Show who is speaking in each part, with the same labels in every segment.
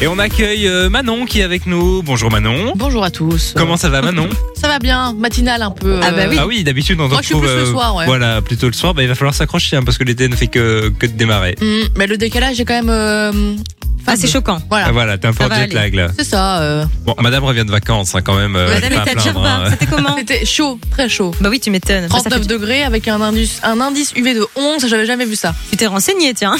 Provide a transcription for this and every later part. Speaker 1: Et on accueille euh, Manon qui est avec nous. Bonjour Manon.
Speaker 2: Bonjour à tous.
Speaker 1: Comment ça va Manon
Speaker 2: Ça va bien, matinale un peu.
Speaker 3: Ah bah oui.
Speaker 1: Ah oui, d'habitude on
Speaker 2: Moi,
Speaker 1: en
Speaker 2: je suis plus le soir, ouais.
Speaker 1: Voilà, plutôt le soir, bah, il va falloir s'accrocher hein, parce que l'été ne fait que, que de démarrer.
Speaker 2: Hum, mais le décalage est quand même. euh,
Speaker 3: Ah, c'est
Speaker 2: faible.
Speaker 3: choquant.
Speaker 2: Voilà.
Speaker 1: Ah, voilà, t'es un fort
Speaker 3: va
Speaker 1: jet lag là.
Speaker 2: C'est ça. euh,
Speaker 1: Bon, madame revient de vacances hein, quand même. euh,
Speaker 3: Madame
Speaker 1: pas à
Speaker 3: était à
Speaker 1: plaindre,
Speaker 3: Djerba,
Speaker 1: hein.
Speaker 3: c'était comment
Speaker 2: C'était chaud, très chaud.
Speaker 3: Bah oui, tu m'étonnes. Bah, ça
Speaker 2: 39
Speaker 3: fait-
Speaker 2: degrés avec un indice, un indice UV de 11, j'avais jamais vu ça.
Speaker 3: Tu t'es renseigné, tiens.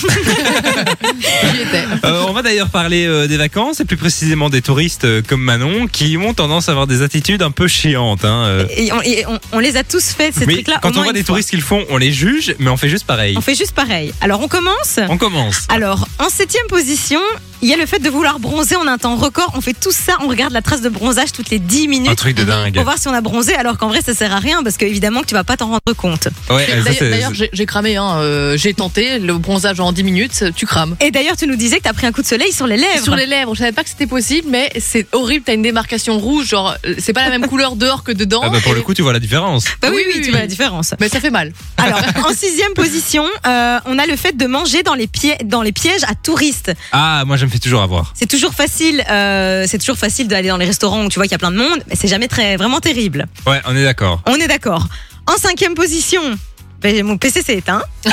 Speaker 2: J'y étais.
Speaker 1: Euh, on va d'ailleurs parler euh, des vacances et plus précisément des touristes euh, comme Manon qui ont tendance à avoir des attitudes un peu chiantes. hein, euh.
Speaker 3: Et on, et on- on les a tous fait, ces
Speaker 1: Mais
Speaker 3: trucs-là. au
Speaker 1: quand on
Speaker 3: moins
Speaker 1: voit
Speaker 3: une
Speaker 1: des
Speaker 3: fois.
Speaker 1: touristes qu'ils font, on les juge, mais on fait juste pareil.
Speaker 3: On fait juste pareil. Alors, on commence.
Speaker 1: On commence.
Speaker 3: Alors, en septième position, il y a le fait de vouloir bronzer en un temps record. On fait tout ça, on regarde la trace de bronzage toutes les 10
Speaker 1: Un
Speaker 3: minutes.
Speaker 1: truc de dingue.
Speaker 3: Pour voir si on a bronzé, alors qu'en vrai ça sert à rien parce qu'évidemment que tu vas pas t'en rendre compte.
Speaker 1: Ouais, ça,
Speaker 2: D'ailleurs-
Speaker 1: c'est-
Speaker 2: D'ailleurs, j'ai j'ai cramé, hein, euh, j'ai tenté le bronzage en 10 minutes, tu crames.
Speaker 3: Et d'ailleurs, tu nous disais que t'as pris un coup de soleil sur les
Speaker 2: Et
Speaker 3: lèvres.
Speaker 2: Sur les lèvres, je savais pas que c'était possible, mais c'est horrible. T'as une démarcation rouge, genre euh, c'est pas la même couleur dehors que dedans.
Speaker 1: Ah bah, pour le coup, tu vois la différence.
Speaker 3: Bah oui,
Speaker 2: Oui,
Speaker 3: oui,
Speaker 2: oui,
Speaker 3: tu
Speaker 2: oui.
Speaker 3: vois la différence.
Speaker 2: Mais ça fait mal.
Speaker 3: Alors, en sixième position, euh, on a le fait de manger dans les, pieds, dans les pièges à touristes.
Speaker 1: Ah, moi, je me fais toujours avoir.
Speaker 3: C'est toujours facile, euh, c'est toujours facile d'aller dans les restaurants où tu vois qu'il y a plein de monde, mais c'est jamais très vraiment terrible.
Speaker 1: Ouais, on est d'accord.
Speaker 3: On est d'accord. En cinquième position, ben, mon PC s'est éteint.
Speaker 1: Ah,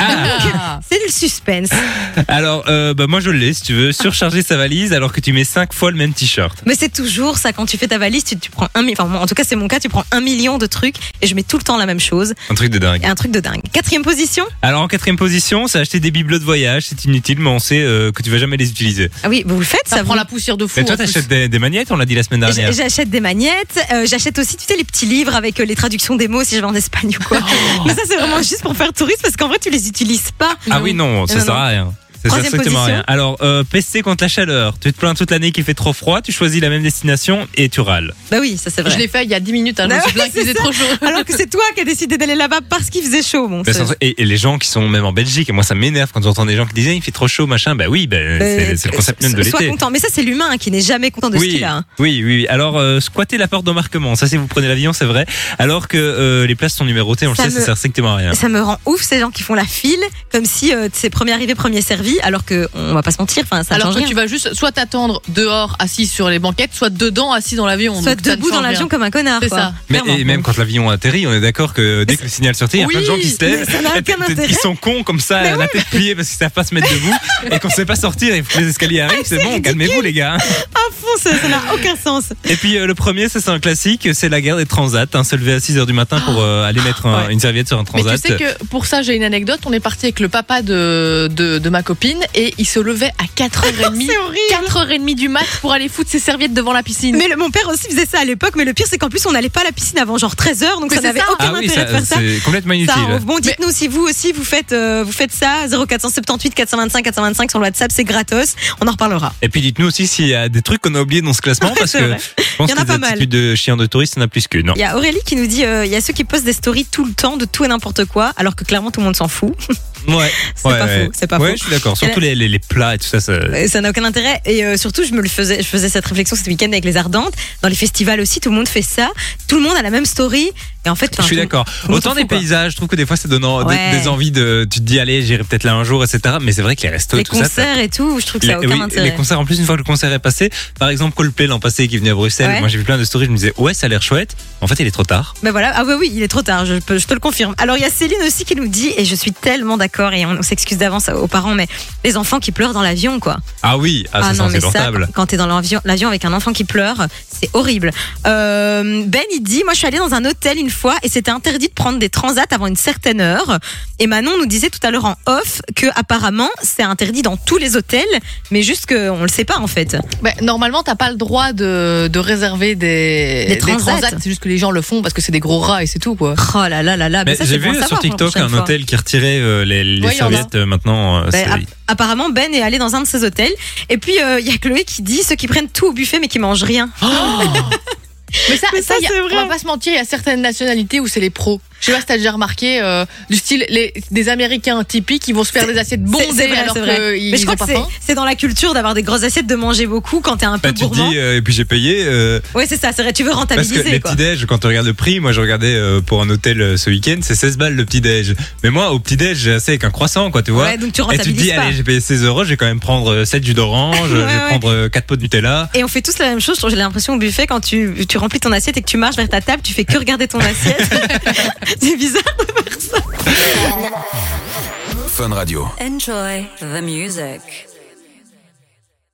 Speaker 2: Ah.
Speaker 3: C'est le suspense.
Speaker 1: alors, euh, bah, moi je l'ai, si tu veux, surcharger sa valise alors que tu mets 5 fois le même t-shirt.
Speaker 3: Mais c'est toujours ça quand tu fais ta valise, tu, tu prends un mi- enfin moi, en tout cas c'est mon cas, tu prends un million de trucs et je mets tout le temps la même chose.
Speaker 1: Un truc de dingue.
Speaker 3: Et un truc de dingue. Quatrième position.
Speaker 1: Alors, en quatrième position, c'est acheter des bibelots de voyage. C'est inutile, mais on sait euh, que tu vas jamais les utiliser.
Speaker 3: Ah oui, vous le faites ça.
Speaker 2: Ça prend
Speaker 3: vous
Speaker 2: la poussière de fou.
Speaker 1: Mais toi,
Speaker 2: en plus.
Speaker 1: t'achètes des, des magnettes, on l'a dit la semaine dernière.
Speaker 3: J- J'achète des magnettes, euh, j'achète aussi, tu sais, les petits livres avec euh, les traductions des mots si je vais en Espagne ou quoi. Mais ça, c'est vraiment juste pour faire touriste parce qu'en vrai, tu les utilises pas.
Speaker 1: Ah oui, non, ça
Speaker 3: Non,
Speaker 1: sert
Speaker 3: non.
Speaker 1: à rien. Ça sert
Speaker 3: Troisième
Speaker 1: strictement à rien.
Speaker 3: position.
Speaker 1: Alors, euh, pester contre la chaleur. Tu te plains toute l'année qu'il fait trop froid, tu choisis la même destination et tu râles.
Speaker 3: Bah oui, ça, c'est
Speaker 2: Je
Speaker 3: vrai.
Speaker 2: l'ai fait il y a 10 minutes, hein, je me
Speaker 3: Ah
Speaker 2: suis plaint
Speaker 3: ouais,
Speaker 2: qu'il
Speaker 3: c'est
Speaker 2: faisait trop chaud.
Speaker 3: Alors que c'est toi qui as décidé d'aller là-bas parce qu'il faisait chaud. Bon,
Speaker 1: Mais
Speaker 3: c'est-
Speaker 1: sans- Bah, Et, et les gens qui sont même en Belgique, et moi ça m'énerve quand j'entends des gens qui disent Eh, il fait trop chaud, machin. Bah oui, bah, c'est
Speaker 3: Euh,
Speaker 1: c'est le concept même de
Speaker 3: sois
Speaker 1: l'été.
Speaker 3: content. Mais ça, c'est l'humain hein, qui n'est jamais content de ce
Speaker 1: Oui,
Speaker 3: qu'il a. hein.
Speaker 1: oui, oui, oui. Alors, euh, squatter la porte d'embarquement, ça, si vous prenez l'avion, c'est vrai. Alors que euh, les places sont numérotées, on le
Speaker 3: Ça
Speaker 1: sait, ça
Speaker 3: me-
Speaker 1: sert strictement à rien.
Speaker 3: Ça me rend ouf ces gens qui font la file comme si euh, c'est premier arrivé, premier servi, alors que on va pas se mentir, enfin, ça
Speaker 2: Alors
Speaker 3: change
Speaker 2: que
Speaker 3: rien.
Speaker 2: tu vas juste soit t'attendre dehors assis sur les banquettes, soit dedans assis dans l'avion.
Speaker 3: Soit
Speaker 2: Donc ça ne
Speaker 3: debout dans
Speaker 2: change rien.
Speaker 3: l'avion comme un connard.
Speaker 2: C'est
Speaker 3: quoi.
Speaker 2: ça.
Speaker 1: Mais
Speaker 3: Clairement.
Speaker 1: et même quand l'avion atterrit, on est d'accord que dès que le signal sortit, il y a plein de
Speaker 2: Oui,
Speaker 1: gens qui se
Speaker 3: mais
Speaker 1: lèvent.
Speaker 3: ça n'a
Speaker 1: et
Speaker 3: aucun
Speaker 1: peut-être
Speaker 3: intérêt.
Speaker 1: Ils sont cons comme ça, la tête pliée parce qu'ils savent pas se mettre debout et qu'on sait pas sortir et que les escaliers
Speaker 3: Ah,
Speaker 1: arrivent. C'est bon, calmez-vous les gars.
Speaker 3: À fond, ça ça n'a aucun sens.
Speaker 1: Et puis euh, le premier, ça c'est un classique, c'est la guerre des transats. Hein, se lever à 6 heures du matin
Speaker 3: Ah.
Speaker 1: pour euh, aller mettre un-
Speaker 2: Ouais.
Speaker 1: une serviette sur un
Speaker 2: Mais
Speaker 1: transat.
Speaker 2: tu sais que pour ça, j'ai une anecdote. On est parti avec le papa de, de, de ma copine et il se levait à 4h30.
Speaker 3: C'est horrible.
Speaker 2: 4h30 du mat pour aller foutre ses serviettes devant la piscine.
Speaker 3: Mais le- mon père aussi faisait ça à l'époque, mais le pire c'est qu'en plus on n'allait pas à la piscine avant genre 13h, donc
Speaker 2: Mais
Speaker 3: ça
Speaker 2: c'est
Speaker 3: n'avait
Speaker 2: ça.
Speaker 3: aucun
Speaker 1: ah oui,
Speaker 3: intérêt
Speaker 1: ça,
Speaker 3: de faire ça.
Speaker 1: c'est complètement
Speaker 3: Ça,
Speaker 1: inutile.
Speaker 3: on- bon, dites-nous si vous aussi vous faites, euh, vous faites ça, 0478 425 425 sur le WhatsApp, c'est gratos, on en reparlera.
Speaker 1: Et puis dites-nous aussi s'il y a des trucs qu'on a oubliés dans ce classement parce
Speaker 3: c'est
Speaker 1: que
Speaker 3: vrai.
Speaker 1: je pense
Speaker 3: Il y en
Speaker 1: que
Speaker 3: a
Speaker 1: des
Speaker 3: pas mal.
Speaker 1: attitudes de chiens de touristes, il y en a plus qu'une. hein. non.
Speaker 3: Il y a Aurélie qui nous dit, euh, il y a ceux qui postent des stories tout le temps de tout et n'importe quoi, alors que clairement tout le monde s'en fout.
Speaker 1: Ouais,
Speaker 3: C'est
Speaker 1: ouais,
Speaker 3: pas
Speaker 1: ouais.
Speaker 3: faux, c'est pas
Speaker 1: ouais,
Speaker 3: faux.
Speaker 1: je suis d'accord.
Speaker 3: Il y en a-
Speaker 1: Surtout les, les, les plats et tout ça. ça...
Speaker 3: Euh, Ça n'a aucun intérêt. Et euh, surtout, je me le faisais, je faisais cette réflexion ce week-end avec les Ardentes. Dans les festivals aussi, tout le monde fait ça. Tout le monde a la même story. Et en fait,
Speaker 1: Je
Speaker 3: enfin,
Speaker 1: suis
Speaker 3: tout-
Speaker 1: d'accord.
Speaker 3: on
Speaker 1: Autant
Speaker 3: s'en
Speaker 1: des
Speaker 3: fout, quoi.
Speaker 1: paysages, je trouve que des fois ça donne en- des-
Speaker 3: Ouais.
Speaker 1: des, envies de. Tu te dis, allez, j'irai peut-être là un jour, etc. Mais c'est vrai que les restos,
Speaker 3: les
Speaker 1: tout ça, ça.
Speaker 3: concerts et tout, je trouve que ça n'a
Speaker 1: les-
Speaker 3: aucun
Speaker 1: oui,
Speaker 3: intérêt.
Speaker 1: les concerts, en plus, une fois que le concert est passé, par exemple Coldplay l'an passé qui venait à Bruxelles,
Speaker 3: Ouais.
Speaker 1: moi j'ai vu plein de stories, je me disais, ouais, ça a l'air chouette. En fait, il est trop tard.
Speaker 3: Ben voilà, ah ouais, oui, il est trop tard, je, peux- je te le confirme. Alors il y a Céline aussi qui nous dit, et je suis tellement d'accord, et on, on s'excuse d'avance aux parents, mais les enfants qui pleurent dans l'avion, quoi.
Speaker 1: Ah oui, ah, ça, c'est
Speaker 3: non, mais ça,
Speaker 1: insupportable.
Speaker 3: quand t'es dans l'avion l'avion avec un enfant qui pleure, c'est horrible. Euh, ben, il dit, moi je suis allée dans un hôtel une fois, et c'était interdit de prendre des transats avant une certaine heure. Et Manon nous disait tout à l'heure en off que apparemment c'est interdit dans tous les hôtels, mais juste qu'on le sait pas en fait.
Speaker 2: Bah, normalement, t'as pas le droit de, de réserver des,
Speaker 3: Des transats.
Speaker 2: C'est juste que les gens le font parce que c'est des gros rats et c'est tout, quoi.
Speaker 3: Oh là là là là, ben
Speaker 1: Mais
Speaker 3: ça,
Speaker 1: j'ai
Speaker 3: c'est bon
Speaker 1: vu
Speaker 3: à
Speaker 1: sur
Speaker 3: savoir pour la
Speaker 1: TikTok
Speaker 3: prochaine
Speaker 1: un
Speaker 3: fois.
Speaker 1: hôtel qui retirait euh, les, les
Speaker 2: Ouais, il y en a.
Speaker 1: serviettes euh, maintenant. euh,
Speaker 3: Ben,
Speaker 1: c'est-
Speaker 3: app- apparemment, Ben est allé dans un de ces hôtels. Et puis, euh, il y a Chloé qui dit ceux qui prennent tout au buffet mais qui mangent rien.
Speaker 2: mais ça,
Speaker 3: Mais ça,
Speaker 2: y a-
Speaker 3: c'est vrai.
Speaker 2: on va pas se mentir, il y a certaines nationalités où c'est les pros. Je sais pas si t'as déjà remarqué euh, du style les, des Américains typiques qui vont se faire des assiettes
Speaker 3: C'est- c'est
Speaker 2: bondées
Speaker 3: vrai,
Speaker 2: alors
Speaker 3: c'est vrai. Mais je
Speaker 2: qu'ils ont
Speaker 3: crois que
Speaker 2: pas
Speaker 3: c'est-
Speaker 2: faim.
Speaker 3: c'est dans la culture d'avoir des grosses assiettes, de manger beaucoup quand t'es un peu
Speaker 1: Bah, tu te
Speaker 3: gourmand.
Speaker 1: dis, euh, et puis j'ai payé. euh,
Speaker 3: Ouais, c'est ça, c'est vrai, tu veux
Speaker 1: parce que
Speaker 3: rentabiliser.
Speaker 1: les
Speaker 3: quoi.
Speaker 1: petits-déj, quand tu regardes le prix, moi je regardais euh, pour un hôtel euh, ce week-end, c'est 16 balles le petit-déj. Mais moi, au petit-déj, j'ai assez avec un croissant, quoi, tu vois.
Speaker 3: Ouais, donc tu
Speaker 1: et eh, tu te
Speaker 3: rentabilises
Speaker 1: dis,
Speaker 3: pas.
Speaker 1: allez, j'ai payé 16 euros, je vais quand même prendre euh, 7 jus d'orange, je vais
Speaker 3: Ouais, ouais.
Speaker 1: prendre 4 pots de Nutella.
Speaker 3: Et on fait tous la même chose. J'ai l'impression au buffet, quand tu, tu remplis ton assiette et que tu marches vers ta table, tu fais que regarder ton assiette. c'est bizarre.
Speaker 4: Fun Radio.
Speaker 5: Enjoy the music.